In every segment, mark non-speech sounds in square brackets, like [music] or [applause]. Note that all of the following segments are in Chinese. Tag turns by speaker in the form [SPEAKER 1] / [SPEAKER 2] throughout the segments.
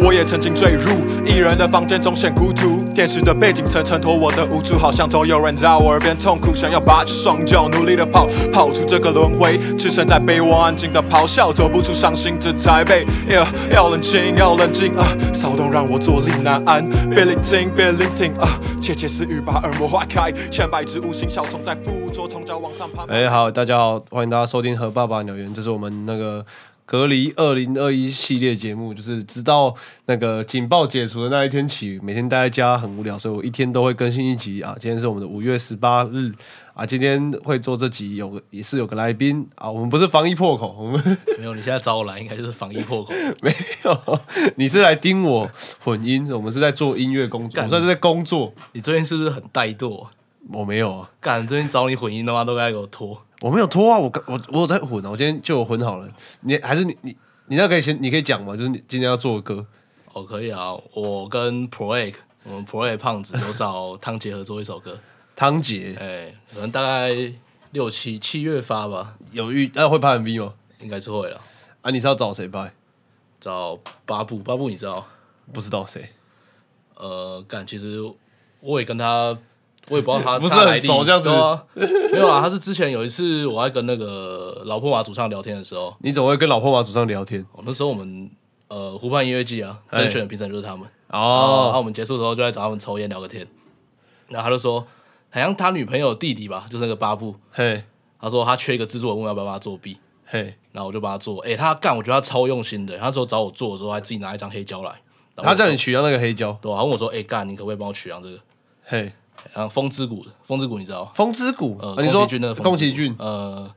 [SPEAKER 1] 我也曾经坠入一人的房间中显孤独，电视的背景层衬托我的无助，好像总有人在我耳边痛苦，想要拔起双脚，努力的跑，跑出这个轮回，置身在被窝安静的咆哮，走不出伤心之宅被。Yeah，要冷静，要冷静啊！骚动让我坐立难安，别聆听，别聆听啊！窃窃私语把耳膜划开，千百只无形小虫在附着，从脚往上攀。
[SPEAKER 2] 哎、好，大家好，欢迎大家收听《和爸爸鸟园》，这是我们那个隔离二零二一系列节目，就是直到那个警报解除的那一天起，每天待在家很无聊，所以我一天都会更新一集啊。今天是我们的五月十八日啊，今天会做这集有个也是有个来宾啊，我们不是防疫破口，我们
[SPEAKER 3] 没有，你现在找我来应该就是防疫破口。 [laughs]
[SPEAKER 2] 没有，你是来盯我混音，我们是在做音乐工作，我们算是在工作，
[SPEAKER 3] 你最近是不是很怠惰啊？
[SPEAKER 2] 我没有啊。
[SPEAKER 3] 干，最近找你混音的话都该给我拖。
[SPEAKER 2] 我没有拖啊，我刚我我有在混啊，我今天就有混好了。你还是你你你那可以先你可以讲嘛，就是你今天要做的歌，
[SPEAKER 3] 哦，可以啊，我跟 Pro Egg，我们 Pro Egg 胖子有找汤杰合作一首歌，
[SPEAKER 2] 汤姐
[SPEAKER 3] 哎、可能大概六七七月发吧，
[SPEAKER 2] 有遇呃会拍 MV 吗？
[SPEAKER 3] 应该是会了。
[SPEAKER 2] 啊，你是要找谁拍？
[SPEAKER 3] 找巴布，巴布你知道？
[SPEAKER 2] 不知道谁，
[SPEAKER 3] 呃，干，其实我也跟他，我也不知道他
[SPEAKER 2] [laughs] 不是
[SPEAKER 3] 他来
[SPEAKER 2] 很
[SPEAKER 3] 历
[SPEAKER 2] 熟这样子
[SPEAKER 3] 对啊，没有啊，他是之前有一次我在跟那个老破马主唱聊天的时候，
[SPEAKER 2] 你总会跟老婆马主上聊天
[SPEAKER 3] 哦那时候我们呃湖畔音乐季啊，
[SPEAKER 2] 哎
[SPEAKER 3] 甄选的评审就是他们。哦，然后
[SPEAKER 2] 哦
[SPEAKER 3] 我们结束的时候就在找他们抽烟聊个天，然后他就说，好像他女朋友弟弟吧，就是那个巴布，
[SPEAKER 2] 嘿
[SPEAKER 3] 他说他缺一个制作人，问要不要帮他作弊，
[SPEAKER 2] 嘿，
[SPEAKER 3] 然后我就帮他做，诶，他干，我觉得他超用心的，他那时候找我做的时候，还自己拿一张黑胶来，然后
[SPEAKER 2] 他
[SPEAKER 3] 我就
[SPEAKER 2] 叫
[SPEAKER 3] 说
[SPEAKER 2] 你取掉那个黑胶，
[SPEAKER 3] 对啊，他问我说，诶，干，你可不可以帮我取样这个？
[SPEAKER 2] 嘿，
[SPEAKER 3] 然后风之谷的，风之谷你知道？
[SPEAKER 2] 风之谷，
[SPEAKER 3] 呃，
[SPEAKER 2] 啊、你说
[SPEAKER 3] 宫崎骏那个
[SPEAKER 2] 宫
[SPEAKER 3] 风
[SPEAKER 2] 崎
[SPEAKER 3] 之谷
[SPEAKER 2] 骏
[SPEAKER 3] 呃，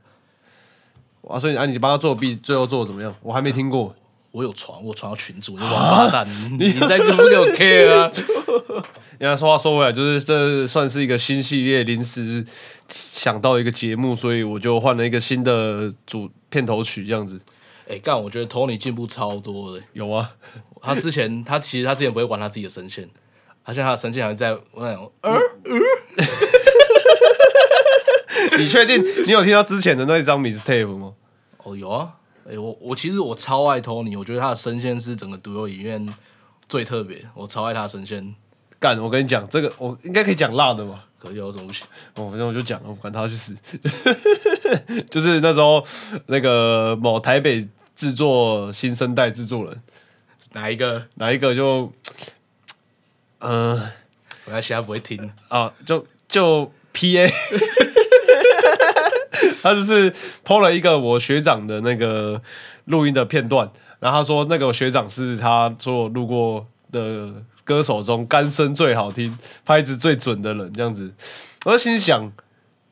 [SPEAKER 2] 啊，所以啊你帮他作弊，最后做的怎么样？我还没听过，
[SPEAKER 3] 我有传，我有传到群主，你
[SPEAKER 2] 啊
[SPEAKER 3] 王八蛋，
[SPEAKER 2] [laughs]
[SPEAKER 3] 你你在不给我 care 啊？
[SPEAKER 2] 人家说话说回来，就是这算是一个新系列，临时想到一个节目，所以我就换了一个新的主片头曲，这样子
[SPEAKER 3] 诶，干，我觉得 Tony 进步超多的，
[SPEAKER 2] 有啊，
[SPEAKER 3] 他之前他其实他之前不会玩他自己的声线，他现在他的声线还在那种呃，
[SPEAKER 2] [laughs] 你确定你有听到之前的那一张 mixtape 吗？
[SPEAKER 3] 哦有啊，哎、我我其实我超爱 Tony，我觉得他的声线是整个独有影院最特别，我超爱他的声线，
[SPEAKER 2] 干，我跟你讲，这个我应该可以讲辣的吧？
[SPEAKER 3] 可是有什么不行？
[SPEAKER 2] 我反正我就讲了，我管他去死。 [laughs] 就是那时候那个某台北制作新生代制作人，
[SPEAKER 3] 哪一个？
[SPEAKER 2] 哪一个就，嗯、
[SPEAKER 3] 我在其他不会听，
[SPEAKER 2] 啊，就就 P A，他就是抛了一个我学长的那个录音的片段，然后他说那个我学长是他所有录过的歌手中干声最好听、拍子最准的人，这样子。我就心想，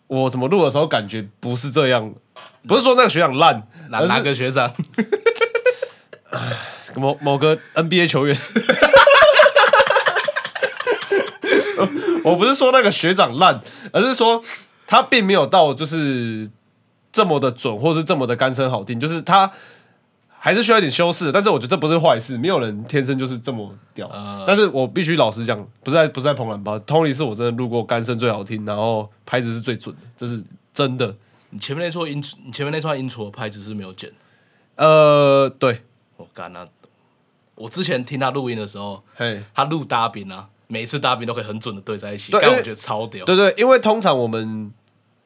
[SPEAKER 2] 我怎么录的时候感觉不是这样，不是说那个学长烂，
[SPEAKER 3] 哪
[SPEAKER 2] 而是
[SPEAKER 3] 哪个学长？ [laughs]
[SPEAKER 2] 某某个 NBA 球员。 [laughs] 我不是说那个学长烂，而是说他并没有到就是这么的准，或是这么的干声好听，就是他还是需要一点修饰。但是我觉得这不是坏事，没有人天生就是这么屌。但是我必须老实讲，不是在不是在捧兰吧，Tony 是我真的录过干声最好听，然后拍子是最准的，这是真的。
[SPEAKER 3] 你前面那串音，你前面那串音除了拍子是没有剪，
[SPEAKER 2] 呃，对，
[SPEAKER 3] 我干啊！我之前听他录音的时候，
[SPEAKER 2] 嘿。
[SPEAKER 3] 他录大饼啊，每一次大饼都可以很准的对在一起，
[SPEAKER 2] 对
[SPEAKER 3] 干
[SPEAKER 2] 因为
[SPEAKER 3] 我觉得超屌。
[SPEAKER 2] 对对，因为通常我们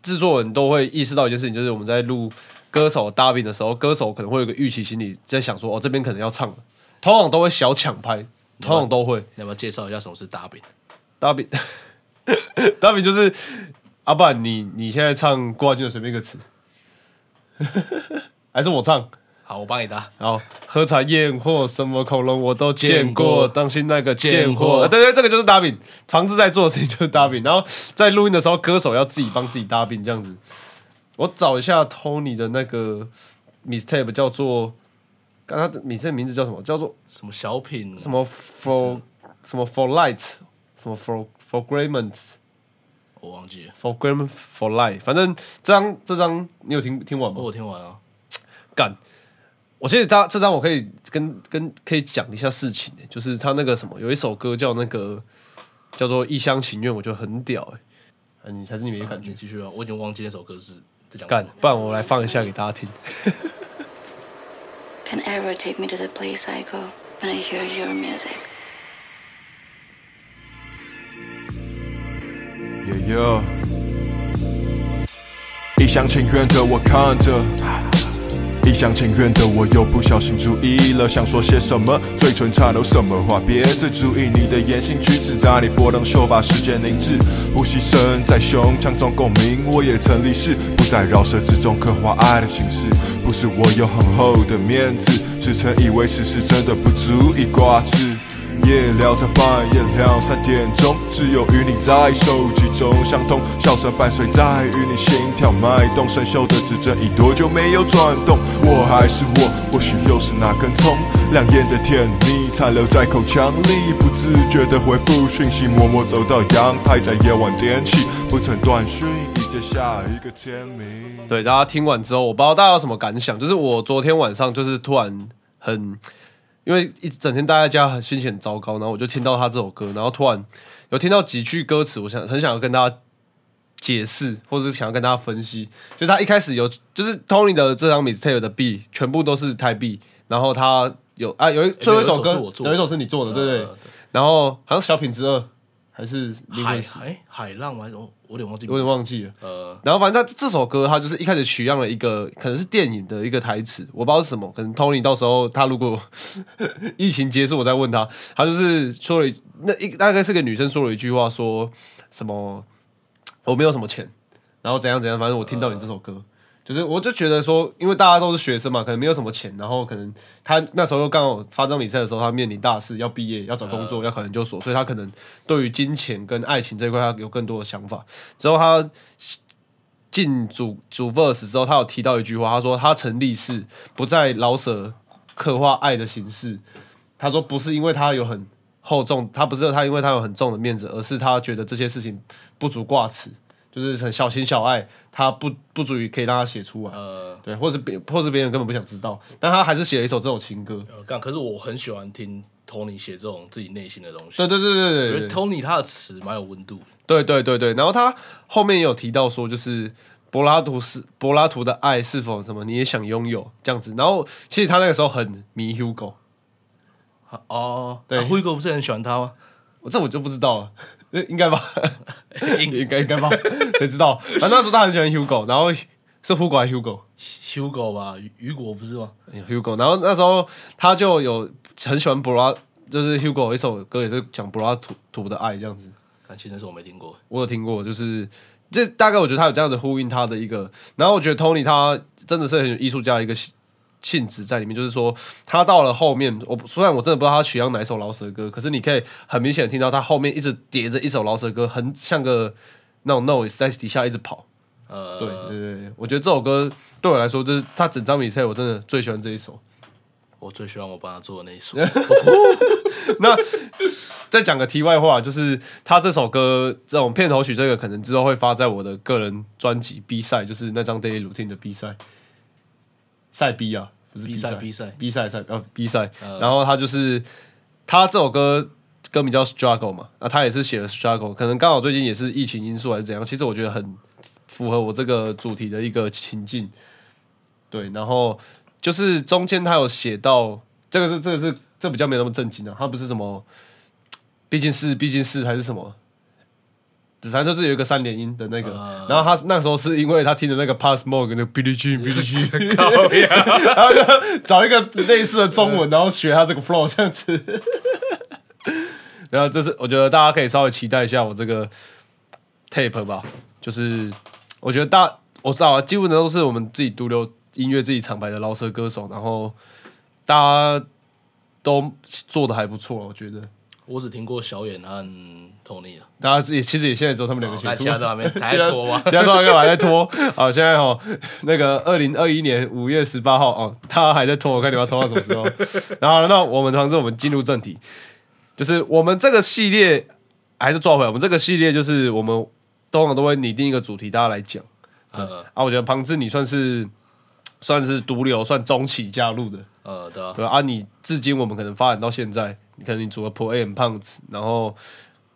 [SPEAKER 2] 制作人都会意识到一件事情，就是我们在录歌手搭饼的时候，歌手可能会有个预期心理，在想说哦这边可能要唱了，通常都会小抢 [laughs] 拍，通常都会
[SPEAKER 3] 你要不要介绍一下什么是大饼？
[SPEAKER 2] 搭饼， [laughs] 搭饼就是阿爸，你你现在唱郭亚军的随便一个词， [laughs] 还是我唱？
[SPEAKER 3] 好，我帮你搭。
[SPEAKER 2] 然后喝茶宴或什么恐龙我都见过，
[SPEAKER 3] 见过
[SPEAKER 2] 当心那个贱
[SPEAKER 3] 贱
[SPEAKER 2] 货。
[SPEAKER 3] 货
[SPEAKER 2] 啊对对，这个就是搭饼，房子在做的事情就是搭饼。然后在录音的时候，歌手要自己帮自己搭饼这样子。我找一下 Tony 的那个 mixtape 叫做，刚他的 mixtape 名字叫什么？叫做
[SPEAKER 3] 什么小品？
[SPEAKER 2] 什么 for 什么 for light，什么 for for agreement。
[SPEAKER 3] 我忘记了。
[SPEAKER 2] For Gram for Life，反正这张这张你有听听完吗
[SPEAKER 3] 哦，？我听完了。
[SPEAKER 2] 干。我其实他这张我可以跟跟可以讲一下事情、欸，就是他那个什么，有一首歌叫那个叫做《一厢情愿》，我觉得很屌哎、欸啊你还是你没感
[SPEAKER 3] 你
[SPEAKER 2] 觉？
[SPEAKER 3] 继续吧，啊我已经忘记那首歌是在讲什
[SPEAKER 2] 干
[SPEAKER 3] 么。，
[SPEAKER 2] 不然我来放一下给大家听。
[SPEAKER 4] Can ever take me to the place I go. when I hear your music.
[SPEAKER 1] Yeah, yeah 一厢情愿的我看着，一厢情愿的我又不小心注意了，想说些什么，嘴唇颤抖什么话，别再注意你的言行举止，在你波浪袖把时间凝滞，呼吸声在胸腔中共鸣，我也曾离世，不在饶舌之中刻画爱的形式，不是我有很厚的面子，自称以为此事真的不足以挂齿。夜聊在半夜两三点钟，只有与你在手机中相通，笑声伴随在与你心跳脉动，生锈的指针已多久没有转动？我还是我，或许又是哪根葱？亮眼的甜蜜残留在口腔里，不自觉的回复讯息，默默走到阳台，在夜晚点起，不曾断讯，已接下一个天明。
[SPEAKER 2] 对，大家听完之后，我不知道大家有什么感想。就是我昨天晚上就是突然很，因为一整天待在家，心情很糟糕，然后我就听到他这首歌，然后突然有听到几句歌词，我想很想要跟大家解释，或者是想要跟大家分析。就是他一开始有，就是 Tony 的这张 Mistake 的 B 全部都是台 B，然后他有啊有一最后一首歌
[SPEAKER 3] 有一首是我做的
[SPEAKER 2] 有一首是你做的，对不对？
[SPEAKER 3] 呃对
[SPEAKER 2] 然后好像是小品之二还是灵
[SPEAKER 3] 海
[SPEAKER 2] 魂十
[SPEAKER 3] 海哎海浪吗？我我有点忘记，
[SPEAKER 2] 我有点忘记了。
[SPEAKER 3] 呃，
[SPEAKER 2] 然后反正他这首歌，他就是一开始取样了一个可能是电影的一个台词，我不知道是什么。可能 Tony 到时候他如果疫情结束，我再问他。他就是说了一那一大概是个女生说了一句话，说什么我没有什么钱，然后怎样怎样，反正我听到你这首歌。就是，我就觉得说，因为大家都是学生嘛，可能没有什么钱，然后可能他那时候又刚好发张比赛的时候，他面临大事，要毕业，要找工作，要考研究所，所以他可能对于金钱跟爱情这一块，他有更多的想法。之后他进主主 verse 之后，他有提到一句话，他说他曾立誓不再老舍刻画爱的形式。他说不是因为他有很厚重，他不是他因为他有很重的面子，而是他觉得这些事情不足挂齿，就是很小情小爱，他不不足以可以让他写出来。
[SPEAKER 3] 呃
[SPEAKER 2] 对，或是别，或是别人根本不想知道，但他还是写了一首这种情歌。
[SPEAKER 3] 呃，干，可是我很喜欢听 Tony 写这种自己内心的东西。
[SPEAKER 2] 对对对对
[SPEAKER 3] 因
[SPEAKER 2] 对
[SPEAKER 3] 为
[SPEAKER 2] 对
[SPEAKER 3] Tony 他的词蛮有温度的，
[SPEAKER 2] 对对对对，然后他后面也有提到说，就是柏拉图是柏拉图的爱是否什么你也想拥有这样子。然后其实他那个时候很迷 Hugo，
[SPEAKER 3] 啊哦，
[SPEAKER 2] 对
[SPEAKER 3] 啊辉哥不是很喜欢他吗？
[SPEAKER 2] 我这我就不知道了，呃应该吧？[laughs]
[SPEAKER 3] 应
[SPEAKER 2] 应该应该吧？谁知道？反正那时候他很喜欢 Hugo，然后是 Hugo 还是 Hugo？
[SPEAKER 3] [laughs]
[SPEAKER 2] 哎
[SPEAKER 3] Hugo 吧，雨雨果不是吗？
[SPEAKER 2] Hugo，然后那时候他就有很喜欢柏拉，就是 Hugo 有一首歌也是讲柏拉图图的爱这样子，
[SPEAKER 3] 感情那首我没听过，
[SPEAKER 2] 我有听过，就是这大概我觉得他有这样子呼应他的一个，然后我觉得 Tony 他真的是很有艺术家的一个性性质在里面，就是说他到了后面，我虽然我真的不知道他取样哪一首老舍歌，可是你可以很明显地听到他后面一直叠着一首老舍歌，很像个那种 noise 在底下一直跑。
[SPEAKER 3] 呃，
[SPEAKER 2] 对对对，对我觉得这首歌对我来说，就是他整张比赛我真的最喜欢这一首。
[SPEAKER 3] 我最喜欢我帮他做的那
[SPEAKER 2] [laughs]
[SPEAKER 3] 一首，
[SPEAKER 2] 那再讲个题外话，就是他这首歌这种片头曲，这个可能之后会发在我的个人专辑 B 赛，就是那张 Daily Routine 的 B 赛赛 B 啊，不是 B 赛
[SPEAKER 3] B 赛
[SPEAKER 2] B 赛赛呃 B 赛。然后他就是他这首歌歌名叫 Struggle 嘛，那他也是写了 Struggle，可能刚好最近也是疫情因素还是怎样，其实我觉得很符合我这个主题的一个情境。对，然后就是中间他有写到，这个是这个是这比较没那么震惊啊，他不是什么，毕竟是毕竟是还是什么，反正就是有一个三连音的那个，然后他那时候是因为他听的那个 Pass More 跟那个 Billie Jean Billie Jean，然后就找一个类似的中文，然后学他这个 flow 这样子。然后这是我觉得大家可以稍微期待一下我这个 tape 吧，就是我觉得大我知道啊，基本上都是我们自己独流音乐自己厂牌的饶舌歌手，然后大家都做的还不错，我觉得
[SPEAKER 3] 我只听过小眼和 Tony 的，
[SPEAKER 2] 大家自己其实也现在只有他们两个写
[SPEAKER 3] 哦那
[SPEAKER 2] 出
[SPEAKER 3] 其
[SPEAKER 2] 来 [laughs]？
[SPEAKER 3] 他都还没还在拖吗
[SPEAKER 2] 现在都还还在拖。好，现在哦，那个二零二一年五月十八号哦，他还在拖，我看你们要拖到什么时候。 [laughs] 然后，那我们同志，我们进入正题，就是我们这个系列还是抓回来，我们这个系列就是我们通常都会拟定一个主题，大家来讲
[SPEAKER 3] 呃
[SPEAKER 2] 啊。我觉得庞志你算是算是毒瘤，算中期加入的，
[SPEAKER 3] 呃，对啊，
[SPEAKER 2] 对啊，你至今我们可能发展到现在，你可能你除了 p o A 很胖子，然后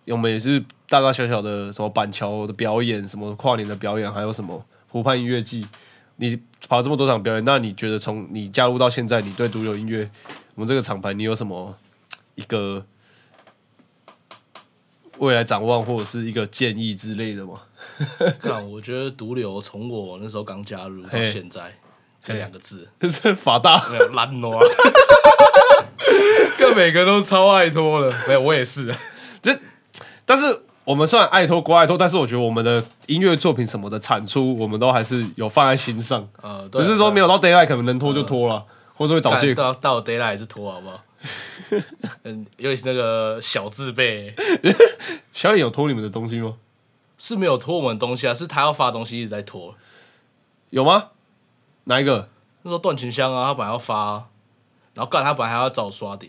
[SPEAKER 2] 我们也是大大小小的什么板桥的表演，什么跨年的表演，还有什么湖畔音乐季，你跑这么多场表演，那你觉得从你加入到现在，你对独有音乐，我们这个厂牌，你有什么一个未来展望或者是一个建议之类的吗？ [laughs]
[SPEAKER 3] 看，我觉得毒瘤从我那时候刚加入到
[SPEAKER 2] 嘿
[SPEAKER 3] 现在，就两个字，
[SPEAKER 2] 是法大，
[SPEAKER 3] 没有啊烂 [laughs] 挪。看每个都超爱拖的，没有我也是，啊
[SPEAKER 2] 但是我们虽然爱托国爱托，但是我觉得我们的音乐作品什么的产出，我们都还是有放在心上，
[SPEAKER 3] 呃，对嗯
[SPEAKER 2] 只
[SPEAKER 3] 啊
[SPEAKER 2] 是说没有到 d a y l i g h t 可能能拖就拖了，或者会找
[SPEAKER 3] 干
[SPEAKER 2] 借口。
[SPEAKER 3] 到到 d a y l i g h t 是拖好不好？嗯，尤其是那个小字辈
[SPEAKER 2] 小野有拖你们的东西吗？
[SPEAKER 3] 是没有拖我们的东西啊，是他要发东西一直在拖。
[SPEAKER 2] 有吗？哪一个？
[SPEAKER 3] 那时候断琴箱啊，他本来要发、然后干他本来还要找我刷碟，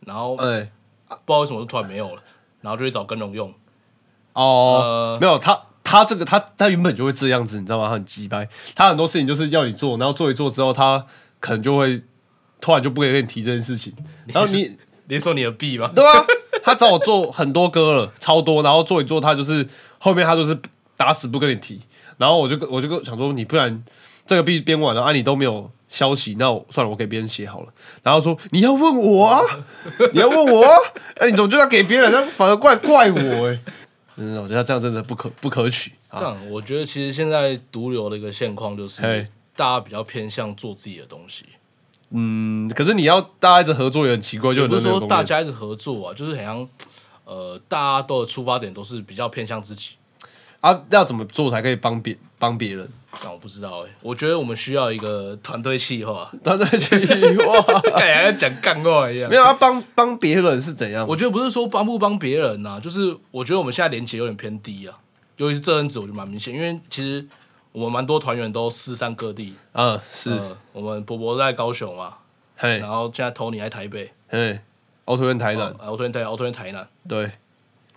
[SPEAKER 3] 然后不知
[SPEAKER 2] 哎、
[SPEAKER 3] 道为什么就突然没有了，然后就去找根龙用。
[SPEAKER 2] 哦，
[SPEAKER 3] 呃
[SPEAKER 2] 没有他。他这个他他原本就会这样子，你知道吗？他很鸡掰，他很多事情就是要你做，然后做一做之后，他可能就会突然就不给你提这件事情。然后你
[SPEAKER 3] 你说你的 B 吗？
[SPEAKER 2] 对啊，他找我做很多歌了，超多，然后做一做，他就是后面他就是打死不跟你提，然后我就跟我就跟想说，你不然这个必编完了啊，你都没有消息，那我算了，我给别人写好了。然后说你要问我啊， [laughs] 你要问我啊，哎、你怎么就要给别人，那反而怪怪我哎、真的，我觉得他这样真的不可不可取
[SPEAKER 3] 这
[SPEAKER 2] 啊。
[SPEAKER 3] 样，我觉得其实现在毒瘤的一个现况就
[SPEAKER 2] 嘿
[SPEAKER 3] 是，大家比较偏向做自己的东西，
[SPEAKER 2] 嗯可是你要大家一直合作也很奇怪，就
[SPEAKER 3] 也
[SPEAKER 2] 很
[SPEAKER 3] 不
[SPEAKER 2] 多
[SPEAKER 3] 是说
[SPEAKER 2] 人
[SPEAKER 3] 大家一直合作啊，就是好像呃，大家都的出发点都是比较偏向自己。
[SPEAKER 2] 啊，要怎么做才可以帮别帮别人？
[SPEAKER 3] 但我不知道哎、我觉得我们需要一个团队
[SPEAKER 2] [laughs]
[SPEAKER 3] 计划，
[SPEAKER 2] 他在建议哇，
[SPEAKER 3] 感觉在讲干话一样
[SPEAKER 2] [laughs] 没。有啊，帮帮别人是怎样？
[SPEAKER 3] 我觉得不是说帮不帮别人呐、就是我觉得我们现在连结有点偏低啊，尤其是这阵子我觉得蛮明显，因为其实我们蛮多团员都四散各地，
[SPEAKER 2] 嗯，是，
[SPEAKER 3] 呃，我们博博在高雄嘛，
[SPEAKER 2] 嘿
[SPEAKER 3] 然，后现在 Tony 在台北，
[SPEAKER 2] 嘿，哦奥托跟台南，
[SPEAKER 3] 然后 Tony 在哦 Tony 在台南，
[SPEAKER 2] 对，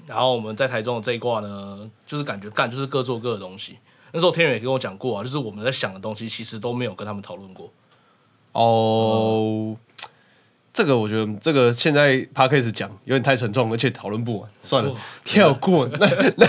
[SPEAKER 3] 然后我们在台中的这一挂呢，就是感觉干就是各做各的东西。那时候天宇也跟我讲过啊，就是我们在想的东西其实都没有跟他们讨论过。
[SPEAKER 2] 哦，这个我觉得这个现在 p a c a s e 讲有点太沉重，而且讨论不完，算了，跳过。那那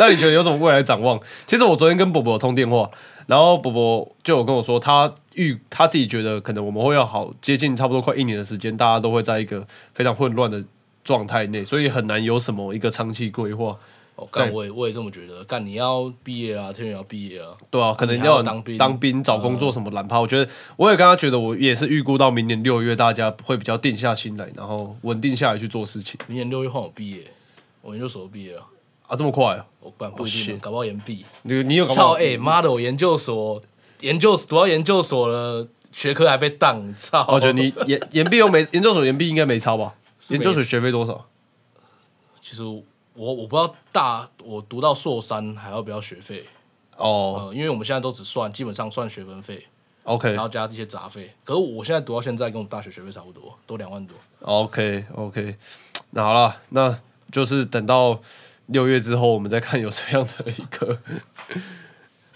[SPEAKER 2] [laughs] 那你觉得有什么未来展望？其实我昨天跟伯伯有通电话，然后伯伯就有跟我说，他预他自己觉得可能我们会要好接近差不多快一年的时间，大家都会在一个非常混乱的状态内，所以很难有什么一个长期规划。
[SPEAKER 3] 哦，干
[SPEAKER 2] 对
[SPEAKER 3] 我也我也这么觉得，干你要毕业啊，天宇要毕业啊，
[SPEAKER 2] 对啊，可能
[SPEAKER 3] 你还要
[SPEAKER 2] 要
[SPEAKER 3] 当兵嗯
[SPEAKER 2] 当兵找工作什么懒趴。我觉得我也跟他觉得，我也是预估到明年六月，大家会比较定下心来，然后稳定下来去做事情
[SPEAKER 3] 明年六月换我毕业，我研究所毕业啊，
[SPEAKER 2] 啊，这么快、啊？
[SPEAKER 3] 我干不一定啊
[SPEAKER 2] shit，
[SPEAKER 3] 搞不好研毕。
[SPEAKER 2] 你你有搞不
[SPEAKER 3] 操
[SPEAKER 2] 好
[SPEAKER 3] 哎妈的，我研究所研究读到研究所了，学科还被当，操！
[SPEAKER 2] 哦我觉得你研研毕又没研究所研毕应该没超吧？研究所学费多少？
[SPEAKER 3] 其实我我不知道大我读到硕三还要不要学费，
[SPEAKER 2] 哦、
[SPEAKER 3] 呃，因为我们现在都只算基本上算学分费。
[SPEAKER 2] o k
[SPEAKER 3] 然后加一些杂费。可是我现在读到现在，跟我大学学费差不多，都两万多。
[SPEAKER 2] OK OK，那好了，那就是等到六月之后，我们再看有什么样的一
[SPEAKER 3] [laughs]
[SPEAKER 2] 个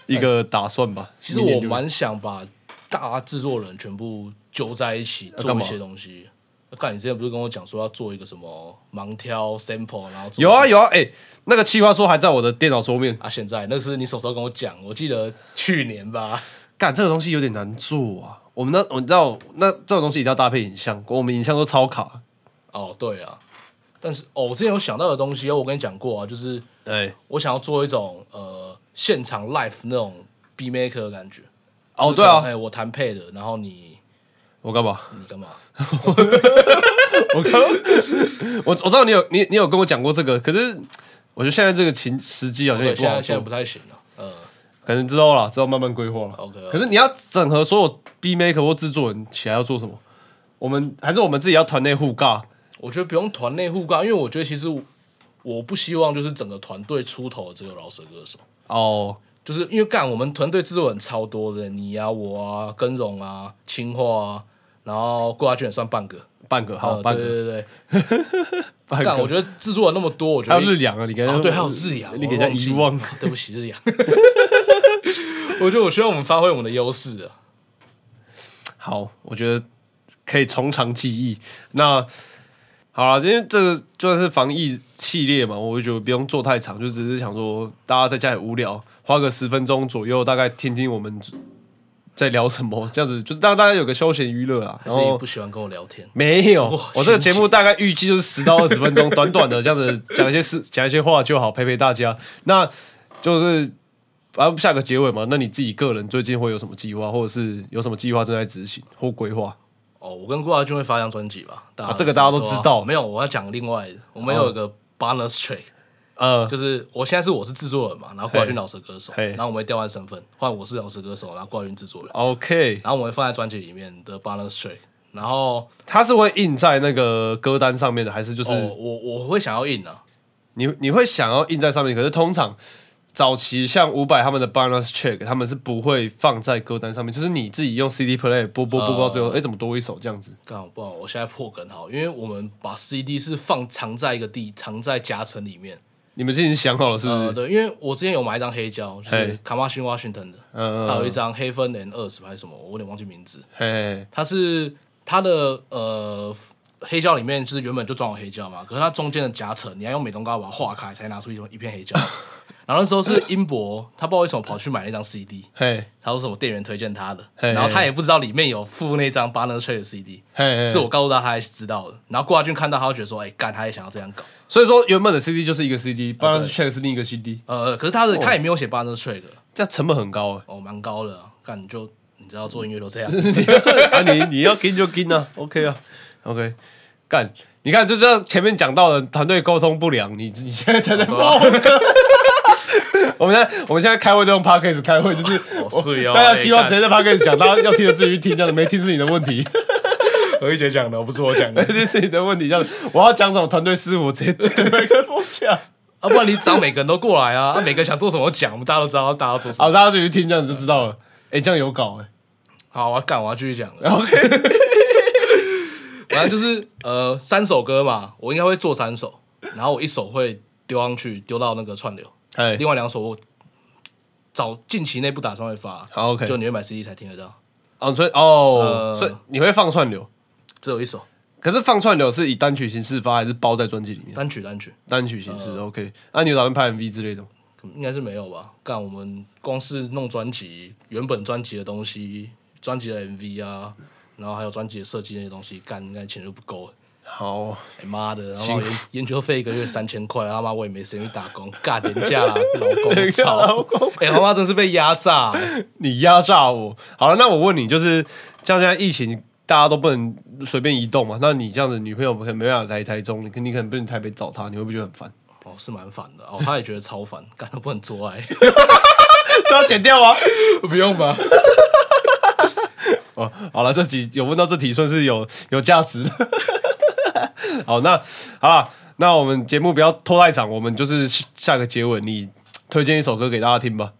[SPEAKER 2] 一个打算吧。
[SPEAKER 3] 其实
[SPEAKER 2] 明
[SPEAKER 3] 我
[SPEAKER 2] 年六月
[SPEAKER 3] 蛮想把大制作人全部揪在一起
[SPEAKER 2] 干
[SPEAKER 3] 做
[SPEAKER 2] 嘛
[SPEAKER 3] 一些东西。干，你之前不是跟我讲说要做一个什么盲挑 sample，然后做
[SPEAKER 2] 有啊有啊，哎、那个企划书还在我的电脑桌面。
[SPEAKER 3] 啊！现在那是你什么时候跟我讲？我记得去年吧。
[SPEAKER 2] 干这个东西有点难做啊。我们那我知道，那这种东西一定要搭配影像，我们影像都超卡。
[SPEAKER 3] 哦，对啊，但是哦，我之前有想到的东西，我跟你讲过啊，就是
[SPEAKER 2] 哎、
[SPEAKER 3] 我想要做一种呃现场 live 那种 B maker 的感觉。
[SPEAKER 2] 哦对啊
[SPEAKER 3] 哎，，我弹配的，然后你
[SPEAKER 2] 我干嘛？
[SPEAKER 3] 你干嘛？
[SPEAKER 2] 我刚我我知道你有你你有跟我讲过这个，可是我觉得现在这个情时机好像也
[SPEAKER 3] 哦对，
[SPEAKER 2] 不
[SPEAKER 3] 现
[SPEAKER 2] 好
[SPEAKER 3] 在现在
[SPEAKER 2] 做
[SPEAKER 3] 不，太行了。呃，
[SPEAKER 2] 可能之后啦，之后慢慢规划了。
[SPEAKER 3] OK，OK
[SPEAKER 2] 可是你要整合所有 B maker 或制作人起来要做什么？我们还是我们自己要团内互尬。
[SPEAKER 3] 我觉得不用团内互尬，因为我觉得其实我不希望就是整个团队出头的只有饶舌歌手，
[SPEAKER 2] 哦
[SPEAKER 3] 就是因为干我们团队制作人超多的，你啊我啊根荣啊清化啊，然后郭亚俊也算半个，
[SPEAKER 2] 半个好，
[SPEAKER 3] 呃
[SPEAKER 2] 半
[SPEAKER 3] 对
[SPEAKER 2] 个
[SPEAKER 3] 对对
[SPEAKER 2] [laughs] 半
[SPEAKER 3] 对，干我
[SPEAKER 2] 个，
[SPEAKER 3] 觉得制作人那么多，我觉
[SPEAKER 2] 还
[SPEAKER 3] 得
[SPEAKER 2] 有日良啊，你跟
[SPEAKER 3] 哦对，还有日阳，
[SPEAKER 2] 你给人家
[SPEAKER 3] 我
[SPEAKER 2] 遗
[SPEAKER 3] 记
[SPEAKER 2] 忘。
[SPEAKER 3] 对不起日阳， [laughs] 我觉得我希望我们发挥我们的优势啊，
[SPEAKER 2] 好，我觉得可以从长计议。那好了，因为这个就算是防疫系列嘛，我就觉得不用做太长，就只是想说大家在家里无聊，花个十分钟左右，大概听听我们在聊什么，这样子就是让大家有个休闲娱乐啊。
[SPEAKER 3] 还
[SPEAKER 2] 然
[SPEAKER 3] 是你
[SPEAKER 2] 后
[SPEAKER 3] 不喜欢跟我聊天？
[SPEAKER 2] 没有，我这个
[SPEAKER 3] 心
[SPEAKER 2] 节目大概预计就是十到二十分钟，短短的这样子讲一些事，讲一些话就好，陪陪大家。那就是反正下个结尾嘛，那你自己个人最近会有什么计划，或者是有什么计划正在执行或规划？
[SPEAKER 3] 哦，我跟郭亚俊会发张专辑吧？大家
[SPEAKER 2] 啊这个大家都
[SPEAKER 3] 对啊
[SPEAKER 2] 知道哦
[SPEAKER 3] 没有，我要讲另外的，我们有一个 bonus track，
[SPEAKER 2] 呃，
[SPEAKER 3] 就是我现在是我是制作人嘛，然后郭亚俊
[SPEAKER 2] 嘿
[SPEAKER 3] 老师歌手，
[SPEAKER 2] 嘿
[SPEAKER 3] 然后我们会调换身份，换我是老师歌手，然后郭亚俊制作人，
[SPEAKER 2] OK，
[SPEAKER 3] 然后我们会放在专辑里面的 bonus track。然后
[SPEAKER 2] 它是会印在那个歌单上面的，还是就是、
[SPEAKER 3] 哦，我我会想要印啊，
[SPEAKER 2] 你你会想要印在上面？可是通常早期像伍佰他们的 bonus check，他们是不会放在歌单上面，就是你自己用 CD play 播播播播到最后，哎、怎么多一首这样子？
[SPEAKER 3] 刚好不好？我现在破梗好，因为我们把 CD 是放藏在一个地，藏在夹层里面。
[SPEAKER 2] 你们已经想好了是不
[SPEAKER 3] 呃，
[SPEAKER 2] 是？
[SPEAKER 3] 对，因为我之前有买一张黑胶，就
[SPEAKER 2] 嗯嘿
[SPEAKER 3] 是卡马逊 Washington 的，
[SPEAKER 2] 嗯
[SPEAKER 3] 还有一张黑芬连二十还是什么，我有点忘记名字。
[SPEAKER 2] 嘿，
[SPEAKER 3] 它是它的呃黑胶里面就是原本就装有黑胶嘛，可是它中间的夹层你要用美瞳膏把它化开，才拿出一种一片 [laughs] 黑胶。然后那时候是英博，他不知道为什么跑去买那张 CD，
[SPEAKER 2] 嘿，
[SPEAKER 3] 他说什么店员推荐他的，
[SPEAKER 2] 嘿
[SPEAKER 3] 然后他也不知道里面有附那张 Banner Tree 的 CD，
[SPEAKER 2] 嘿嘿
[SPEAKER 3] 是我告诉他，他还是知道的。然后郭亚俊看到，他会觉得说，哎、干，他也想要这样搞。
[SPEAKER 2] 所以说原本的 CD 就是一个 CD，bonus check 是另一个 CD，
[SPEAKER 3] 呃，可是他的、他也没有写 Banner Tree 的，
[SPEAKER 2] 这样成本很高哎、
[SPEAKER 3] 哦，蛮高的啊。干，你就你知道做音乐都这样，
[SPEAKER 2] [laughs] 啊你你要跟就跟啊，OK 啊，OK，干。你看，就像前面讲到的团队沟通不良，你你现在才 [laughs] 在爆的。我们现在我们现在开会都用 podcast 开会，就是
[SPEAKER 3] 好碎哦
[SPEAKER 2] 大家计划
[SPEAKER 3] 哎干
[SPEAKER 2] 直接在 podcast 讲，大家要听的自己去听，这样子没听是你的问 [laughs] 题，
[SPEAKER 3] [laughs] 何一杰讲的，不是我讲的
[SPEAKER 2] 没听是你的问题。这样子我要讲什么团队师傅，我直接对麦克风讲，
[SPEAKER 3] 啊，不然你找每个人都过来啊，啊 [laughs] 每个人想做什么讲，我们大家都知道大家要做什么。
[SPEAKER 2] 好，大家自己去听，这样子就知道了。哎、这样有搞哎、
[SPEAKER 3] 好，我要干，我要继续讲了。
[SPEAKER 2] OK，
[SPEAKER 3] [laughs] 反正就是呃三首歌嘛，我应该会做三首，然后我一首会丢上去，丢到那个串流，
[SPEAKER 2] 哎
[SPEAKER 3] 另，外两首我早近期内不打算会发。
[SPEAKER 2] 好，OK
[SPEAKER 3] 就你会买 CD 才听得到，
[SPEAKER 2] 哦，所以哦，
[SPEAKER 3] 呃
[SPEAKER 2] 所以你会放串流，
[SPEAKER 3] 只有一首
[SPEAKER 2] 可是放串流是以单曲形式发，还是包在专辑里面？
[SPEAKER 3] 单曲单曲，嗯
[SPEAKER 2] 单曲形式、o k 那、你有打算拍 MV 之类的吗？
[SPEAKER 3] 应该是没有吧？干，我们光是弄专辑，原本专辑的东西，专辑的 MV 啊，然后还有专辑的设计那些东西，干应该钱就不够了。
[SPEAKER 2] 好， [laughs]
[SPEAKER 3] 哎妈的，然后研研究费一个月三千块，他妈我也没时间去打工，干廉价啦，老公
[SPEAKER 2] 老
[SPEAKER 3] 操！哎、他妈真是被压榨、啊
[SPEAKER 2] 你压榨我。好了，那我问你，就是像现在疫情，大家都不能随便移动嘛？那你这样子，女朋友可能没办法来台中，你可你可能不能台北找她，你会不会觉得很烦？ [laughs]
[SPEAKER 3] 哦，是蛮烦的哦，他也觉得超烦，干都不能做爱，
[SPEAKER 2] 这要剪掉吗？
[SPEAKER 3] 不用吧？
[SPEAKER 2] 哦，好了，这集有问到这题，算是有 [laughs] 有价值的。好，那好啦，那我们节目不要拖太长，我们就是下个结尾，你推荐一首歌给大家听吧。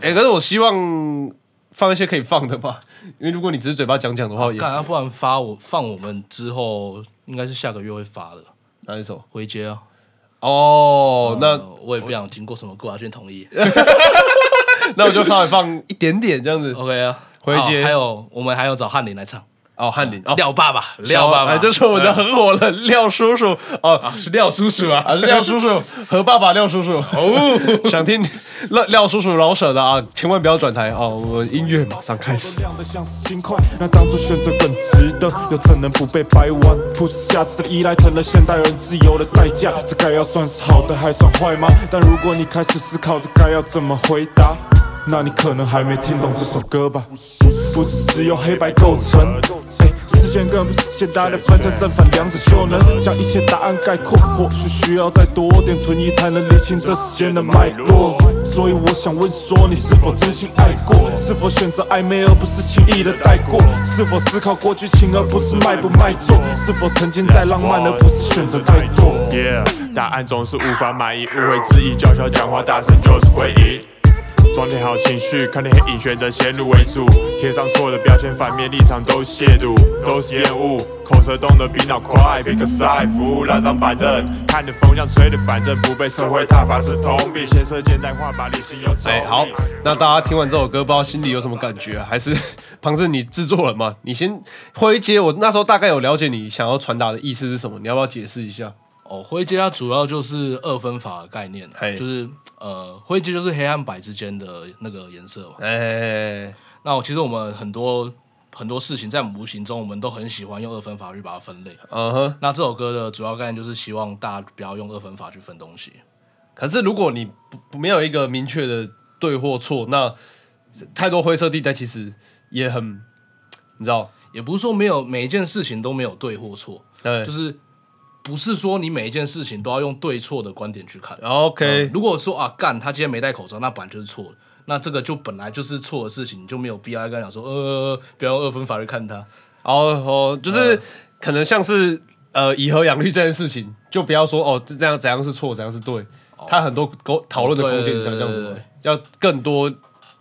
[SPEAKER 2] 哎、可是我希望放一些可以放的吧，因为如果你只是嘴巴讲讲的话，也
[SPEAKER 3] 干，要不然发我放我们之后，应该是下个月会发的
[SPEAKER 2] 哪一首？
[SPEAKER 3] 回接啊。
[SPEAKER 2] 哦，那
[SPEAKER 3] 呃我也不想经过什么郭亚俊同意。
[SPEAKER 2] 那我就稍微放一点点这样子。
[SPEAKER 3] OK 啊，
[SPEAKER 2] 回接
[SPEAKER 3] 好还有我们还有找汉林来唱
[SPEAKER 2] 哦，翰林哦，
[SPEAKER 3] 廖爸爸，
[SPEAKER 2] 小
[SPEAKER 3] 廖爸爸
[SPEAKER 2] 哎就是我们的很火的廖叔叔哦，
[SPEAKER 3] 是廖叔叔 [laughs] 啊，
[SPEAKER 2] 啊，廖叔叔和爸爸廖叔叔哦，想听廖廖叔叔老舍的啊，千万不要转台哦，我们音乐马上开始。
[SPEAKER 4] 亮的像是金块，那当初选择更值得，又怎能不被掰弯？普世价值的依赖成了现代人自由的代价，这该要算是好的还算坏吗？但如果你开始思考这该要怎么回答，那你可能还没听懂这首歌吧？不是只有黑白构成。哎事件根本不是简单的分成正反两者就能将一切答案概括，或许需要再多点存疑才能理清这时间的脉络。所以我想问说，你是否真心爱过？是否选择暧昧而不是轻易的带过？是否思考过剧情而不是卖不卖座？是否曾经在浪漫而不是选择太多？
[SPEAKER 5] Yeah，答案总是无法满意，误会质疑，叫嚣讲话大声就是回应。装点好情绪，看天黑影选择先入为主，贴上错的标签，反面立场都亵渎，都是厌恶。口舌动得比脑快，pick a side，服务拉张板凳，看你风向吹的，反正不被社会挞伐是通病，先射箭带话，把理性又走。
[SPEAKER 2] 哎，好，那大家听完这首歌，不知道心里有什么感觉啊、还是庞氏你制作人嘛？你先挥接，我那时候大概有了解你想要传达的意思是什么，你要不要解释一下？
[SPEAKER 3] 哦，灰阶它主要就是二分法的概念啊
[SPEAKER 2] 嘿，
[SPEAKER 3] 就是呃，灰阶就是黑和白之间的那个颜色嘛。
[SPEAKER 2] 哎，
[SPEAKER 3] 那我其实我们很多很多事情在无形中，我们都很喜欢用二分法去把它分类。
[SPEAKER 2] 嗯哼。
[SPEAKER 3] 那这首歌的主要概念就是希望大家不要用二分法去分东西。
[SPEAKER 2] 可是如果你不不没有一个明确的对或错，那太多灰色地带其实也很，你知道，
[SPEAKER 3] 也不是说没有每一件事情都没有对或错，
[SPEAKER 2] 对，
[SPEAKER 3] 就是是不是说你每一件事情都要用对错的观点去看。
[SPEAKER 2] 哦 OK，、
[SPEAKER 3] 如果说啊干他今天没戴口罩，那本来就是错的，那这个就本来就是错的事情，你就没有必要跟他讲说呃不要用二分法去看他。
[SPEAKER 2] 哦哦，就是、
[SPEAKER 3] 嗯
[SPEAKER 2] 可能像是呃以和养绿这件事情，就不要说哦这样怎样是错，怎样是对，它很多沟讨论的空间，
[SPEAKER 3] 哦对
[SPEAKER 2] 你想这样
[SPEAKER 3] 对
[SPEAKER 2] 子
[SPEAKER 3] 对
[SPEAKER 2] 吗，要更多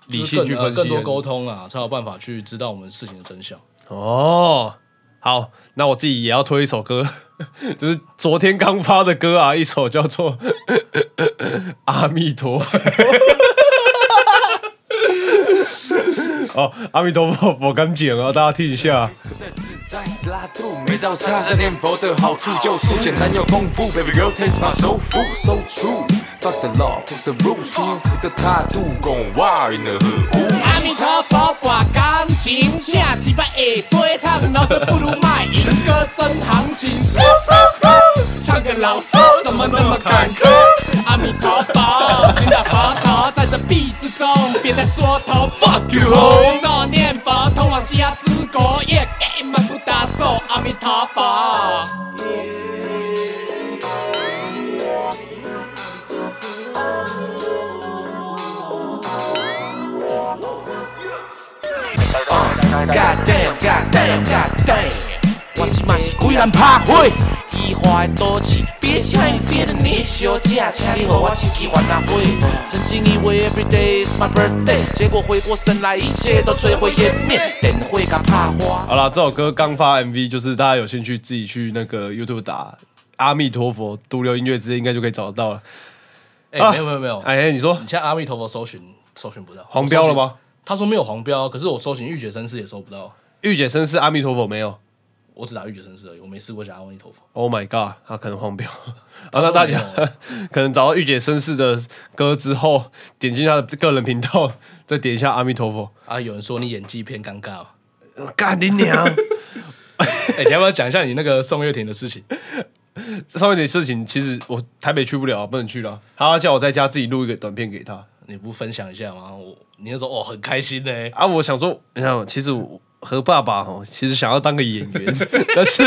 [SPEAKER 2] 理性去分析，
[SPEAKER 3] 就是更呃更多沟通啊，才有办法去知道我们事情的真相。
[SPEAKER 2] 哦，好，那我自己也要推一首歌， [laughs] 就是昨天刚发的歌啊，一首叫做 [laughs] 《阿弥陀》。 [laughs] 哦，阿弥陀佛，佛感紧啊，大家听一下。
[SPEAKER 6] 拉肚，每到三十在念佛的好处就是简单又丰富。Baby girl taste my soul food, so true. Fuck the law, fuck the rules，舒服的态度，Gone wild in the hood.
[SPEAKER 7] 阿弥陀佛，把感情请一摆会说唱，老师不如卖淫歌真行情。唱个老师怎么那么坎坷？阿弥陀佛，寻找佛陀，在这壁之中，别再缩头。Fuck you，只做念佛，通往西亚之国，也给满不打手。阿弥陀佛。
[SPEAKER 6] God damn, God damn, God damn，我即嘛是鬼人拍火，虚华的都市，别请伊 feel 的你小姐，请你和我手机还阿火。曾经以为 every day is my birthday，结果回过神来，一切都摧毁颜面，电火甲拍花。
[SPEAKER 2] 好啦，这首歌刚发 MV，就是大家有兴趣自己去那个 YouTube 打“阿弥陀佛”独流音乐之夜，应该就可以找得到了。
[SPEAKER 3] 哎、
[SPEAKER 2] 啊
[SPEAKER 3] 没有没有没有，
[SPEAKER 2] [laughs] 哎、你说
[SPEAKER 3] 你现在阿弥陀佛搜寻搜寻不到
[SPEAKER 2] 黄标了吗？
[SPEAKER 3] 他说没有黄标，啊可是我搜寻御姐绅士也搜不到，
[SPEAKER 2] 御姐绅士阿弥陀佛没有
[SPEAKER 3] 我只打御姐绅士而已，我没试过加阿弥陀佛。
[SPEAKER 2] ？Oh my god，他、可能黄标。 [laughs] 啊，那大家
[SPEAKER 3] 他说没有
[SPEAKER 2] 可能找到御姐绅士的歌之后，点进他的个人频道， [laughs] 再点一下阿弥陀佛。
[SPEAKER 3] 啊，有人说你演技偏尴尬、哦，
[SPEAKER 2] 干你 [laughs] 娘！
[SPEAKER 3] 哎、你要不要讲一下你那个宋岳庭的事情？ [laughs]
[SPEAKER 2] 这上面的事情，其实我台北去不了、不能去了。他叫我在家自己录一个短片给他
[SPEAKER 3] 你不分享一下吗？我你那时候哦很开心呢、
[SPEAKER 2] 啊。我想说，你看，其实我和爸爸哦，其实想要当个演员，但是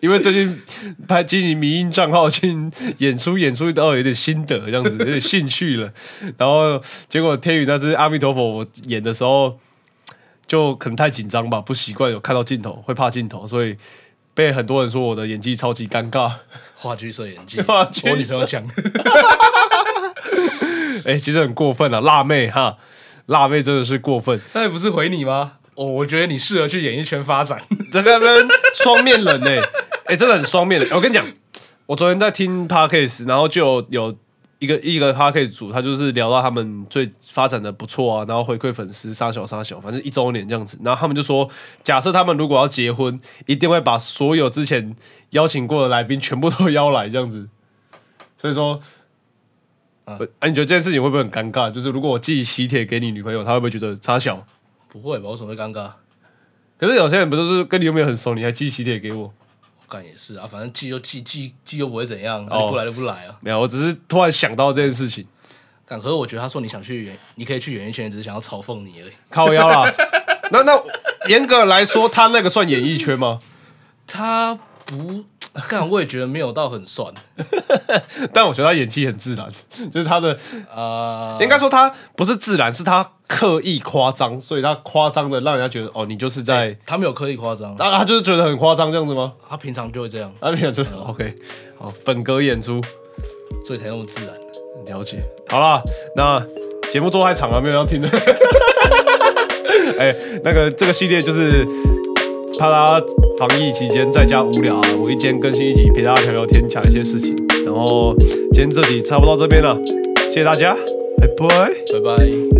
[SPEAKER 2] 因为最近拍经营迷音账号，经营演出演出到有点心得，这样子有点兴趣了。然后结果天宇那只阿弥陀佛，我演的时候就可能太紧张吧，不习惯有看到镜头，会怕镜头，所以被很多人说我的演技超级尴尬。
[SPEAKER 3] 话剧社 [laughs] 演技，
[SPEAKER 2] 话剧社
[SPEAKER 3] 我女朋友讲，
[SPEAKER 2] 哎、其实很过分啊，辣妹哈，辣妹真的是过分，
[SPEAKER 3] [laughs] 那也不是回你吗？哦，我觉得你适合去演艺圈发展。 [laughs]
[SPEAKER 2] 这个人双面人呢、欸， [laughs] 哎、真的很双面的、我跟你讲，我昨天在听 podcast，然后就有一个一个 podcast 组，他就是聊到他们最发展的不错啊，然后回馈粉丝杀小杀小，反正一周年这样子。然后他们就说，假设他们如果要结婚，一定会把所有之前邀请过的来宾全部都邀来这样子。所以说。不啊，你觉得这件事情会不会很尴尬？就是如果我寄喜帖给你女朋友，她会不会觉得差小？
[SPEAKER 3] 不会吧？为什么会尴尬？
[SPEAKER 2] 可是有些人不就是跟你又没有很熟，你还寄喜帖给我？
[SPEAKER 3] 干也是啊，反正寄就寄，寄寄又不会怎样，
[SPEAKER 2] 哦
[SPEAKER 3] 你不来就不来啊。
[SPEAKER 2] 没有，我只是突然想到这件事情， [laughs]
[SPEAKER 3] 干，可是我觉得他说你想去演，你可以去演艺圈，只是想要嘲讽你而已。
[SPEAKER 2] 靠腰啦。 [laughs] 那那严格来说，他那个算演艺圈吗？ [laughs]
[SPEAKER 3] 他不干，我也觉得没有到很算
[SPEAKER 2] 但我觉得他演技很自然， [laughs] 就是他的
[SPEAKER 3] 啊、
[SPEAKER 2] 应该说他不是自然，是他刻意夸张，所以他夸张的让人家觉得哦，你就是在，啊
[SPEAKER 3] 他没有刻意夸张，
[SPEAKER 2] 他他就是觉得很夸张这样子吗？
[SPEAKER 3] 他平常就会这样，
[SPEAKER 2] 啊，没有，就是 OK，好，本格演出
[SPEAKER 3] 所以才那么自然。
[SPEAKER 2] 了解。好啦，那节目做太长了，没有人要听的。 [laughs] 哎、那个这个系列就是怕大家防疫期间在家无聊啊，我一天更新一集，陪大家聊聊天，讲一些事情。然后今天这集差不多到这边了，谢谢大家，拜拜。
[SPEAKER 3] 拜拜。